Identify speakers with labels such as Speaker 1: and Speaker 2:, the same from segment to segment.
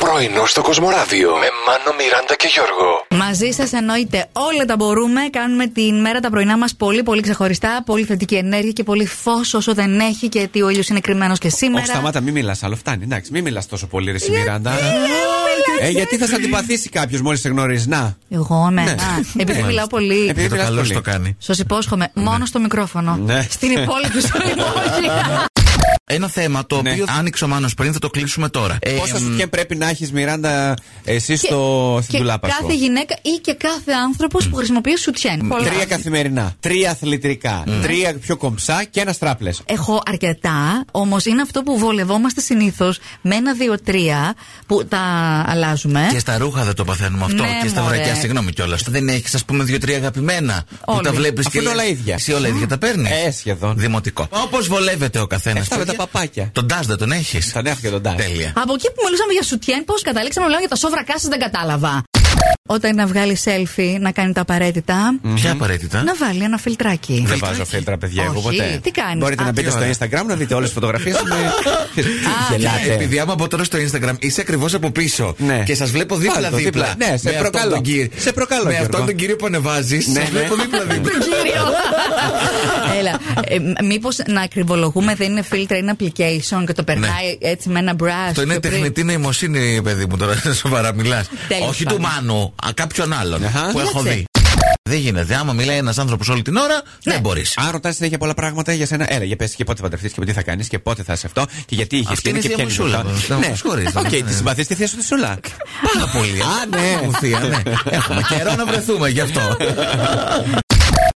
Speaker 1: Πρωινό στο Κοσμοράδιο με Μάνο, Μιράντα και Γιώργο.
Speaker 2: Μαζί σας εννοείται όλα τα μπορούμε. Κάνουμε την μέρα τα πρωινά μας πολύ, πολύ ξεχωριστά. Πολύ θετική ενέργεια και πολύ φως όσο δεν έχει και ότι ο ήλιος είναι κρυμμένος και σήμερα.
Speaker 3: Όχι, σταμάτα, μην μιλάς άλλο. Φτάνει, εντάξει, μην μιλάς τόσο πολύ, Ρε Σιμιράντα. Ε, γιατί θα σε αντιπαθήσει κάποιος μόλις σε γνωρίζει. Να.
Speaker 2: Εγώ, εμένα. Επειδή μιλάω πολύ.
Speaker 3: Ε, Επειδή
Speaker 4: Για το
Speaker 3: μιλάς
Speaker 4: καλό
Speaker 3: πολύ.
Speaker 4: το κάνει.
Speaker 2: Σας υπόσχομαι, μόνο στο μικρόφωνο.
Speaker 3: Ναι.
Speaker 2: Στην υπόλοιπη ζωή μου, όχι.
Speaker 4: Ένα θέμα το
Speaker 3: Ναι.
Speaker 4: οποίο άνοιξε ο Μάνος πριν, θα το κλείσουμε τώρα. Ε,
Speaker 3: Πόσα
Speaker 4: μ,
Speaker 3: σουτιέν πρέπει να έχεις, Μιράντα, εσύ
Speaker 2: Και-
Speaker 3: στο, στην
Speaker 2: και
Speaker 3: τουλάπα σου. Ναι.
Speaker 2: κάθε γυναίκα ή και κάθε άνθρωπος που χρησιμοποιεί σουτιέν. Πολλά.
Speaker 3: Τρία καθημερινά, τρία αθλητρικά, τρία πιο κομψά και ένα στράπλες.
Speaker 2: Έχω αρκετά, όμως είναι αυτό που βολευόμαστε συνήθως με ένα, δύο, τρία που τα αλλάζουμε.
Speaker 3: Ε?
Speaker 4: Και στα ρούχα δεν το παθαίνουμε αυτό.
Speaker 2: Ναι,
Speaker 4: και στα
Speaker 2: μωρέ.
Speaker 4: βρακιά, συγγνώμη κιόλας. Δεν έχεις, ας πούμε, δύο-τρία αγαπημένα που
Speaker 2: Όλοι.
Speaker 4: τα βλέπεις
Speaker 3: Αφού
Speaker 4: και.
Speaker 3: είναι
Speaker 4: λες,
Speaker 3: όλα ίδια.
Speaker 4: Εσύ όλα ίδια τα παίρνεις.
Speaker 3: Ε, σχεδόν.
Speaker 4: Δημοτικό. Όπως βολεύεται ο καθένας.
Speaker 3: Αυτά με τα παπάκια.
Speaker 4: Τον τάζ δεν τον έχεις.
Speaker 3: Τον έχω και τον Τάσο.
Speaker 4: Τέλεια.
Speaker 2: Από εκεί που μιλούσαμε για σουτιέν, πώς καταλήξαμε να μιλάμε για τα σόβρακά σα, δεν κατάλαβα. Όταν να βγάλει selfie, να κάνει τα απαραιτητα
Speaker 4: Ποια απαραίτητα.
Speaker 2: να βάλει ένα φιλτράκι.
Speaker 3: Δεν βάζω φίλτρα, παιδιά,
Speaker 2: Όχι,
Speaker 3: εγώ ποτέ.
Speaker 2: τι κάνεις.
Speaker 3: Μπορείτε
Speaker 2: Α,
Speaker 3: να μπείτε
Speaker 2: τι
Speaker 3: στο
Speaker 2: ωραία.
Speaker 3: Instagram να δείτε όλες τις φωτογραφίες με.
Speaker 4: Ε,
Speaker 3: Γελάτε.
Speaker 4: Επειδή άμα από τώρα στο Instagram είσαι ακριβώς από πίσω
Speaker 3: Ναι.
Speaker 4: και σας βλέπω
Speaker 3: Βάλ' το
Speaker 4: δίπλα-δίπλα.
Speaker 3: δίπλα. Ναι, σε
Speaker 4: με αυτόν
Speaker 3: προκαλώ.
Speaker 4: τον κύριο-
Speaker 3: Σε προκαλώ,
Speaker 4: Με
Speaker 3: Γιώργο.
Speaker 4: αυτόν τον κύριο που ανεβάζεις,
Speaker 3: Ναι,
Speaker 4: σε
Speaker 3: ναι.
Speaker 4: βλέπω δίπλα-δίπλα.
Speaker 2: Κύριο. Έλα. Ε, Μήπως να ακριβολογούμε δεν είναι φίλτρα, είναι application και το περνάει έτσι με ένα brush.
Speaker 4: Το είναι
Speaker 2: πιο πριν.
Speaker 4: τεχνητή νοημοσύνη, παιδί μου, τώρα σοβαρά μιλάς.
Speaker 2: Τέλος
Speaker 4: Όχι
Speaker 2: πάντων.
Speaker 4: του Μάνου, α, κάποιον άλλον
Speaker 3: Αχα.
Speaker 4: που έχω
Speaker 2: Κοίταξε.
Speaker 4: δει. Δεν γίνεται. Άμα μιλάει ένας άνθρωπος όλη την ώρα, δεν μπορείς.
Speaker 3: Αν ρωτάς συνέχεια πολλά πράγματα για σένα, έλα για πες και πότε θα παντρευτείς και με τι θα κάνεις και πότε θα σε αυτό και γιατί είχε
Speaker 4: Αυτή είναι
Speaker 3: και
Speaker 4: η θεία μου
Speaker 3: ποια
Speaker 4: Σούλα,
Speaker 3: δουλειά.
Speaker 4: βέβαια.
Speaker 3: Ναι,
Speaker 4: Με συγχωρείς,
Speaker 3: Οκ,
Speaker 4: ναι, ναι.
Speaker 3: τη συμπαθείς τη θεία σου τη Σούλα.
Speaker 4: Πάρα πολύ.
Speaker 3: Α, ναι.
Speaker 4: Μου θεία, ναι. Έχουμε καιρό να βρεθούμε γι' αυτό.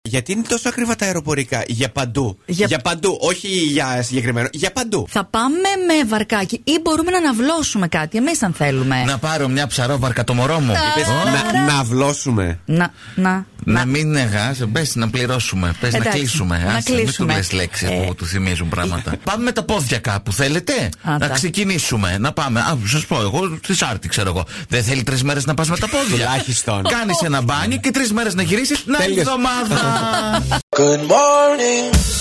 Speaker 3: Γιατί είναι τόσο ακριβά τα αεροπορικά για παντού.
Speaker 2: Για-
Speaker 3: Για παντού, όχι για συγκεκριμένο. Για παντού.
Speaker 2: Θα πάμε με βαρκάκι ή μπορούμε να αναβλώσουμε κάτι εμείς αν θέλουμε.
Speaker 4: να πάρω μια ψαρόβαρκα το μωρό μου.
Speaker 3: Πες,
Speaker 4: Ω,
Speaker 3: Ε. να- Να αυλώσουμε.
Speaker 2: Να, να.
Speaker 4: Να μην εγάς, πες να πληρώσουμε, πες να
Speaker 2: Εντάξει,
Speaker 4: κλείσουμε.
Speaker 2: να
Speaker 4: Άσε,
Speaker 2: κλείσουμε.
Speaker 4: Μην του λες λέξεις
Speaker 2: Ε.
Speaker 4: που τους θυμίζουν πράγματα. πάμε με τα πόδια κάπου, θέλετε.
Speaker 2: Άντα.
Speaker 4: να ξεκινήσουμε, να πάμε. Α, σας πω, εγώ τη Σάρτη ξέρω εγώ. Δεν θέλει τρεις μέρες να πας με τα πόδια.
Speaker 3: Τουλάχιστον.
Speaker 4: Κάνεις ένα μπάνι και τρεις μέρες να γυρίσεις, να είναι
Speaker 3: Τέλειος.
Speaker 4: εβδομάδα.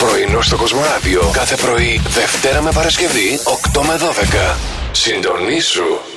Speaker 1: Πρωινό στο Κοσμοράδιο κάθε πρωί, Δευτέρα με Παρασκευή, 8 με 12. Συντονίσου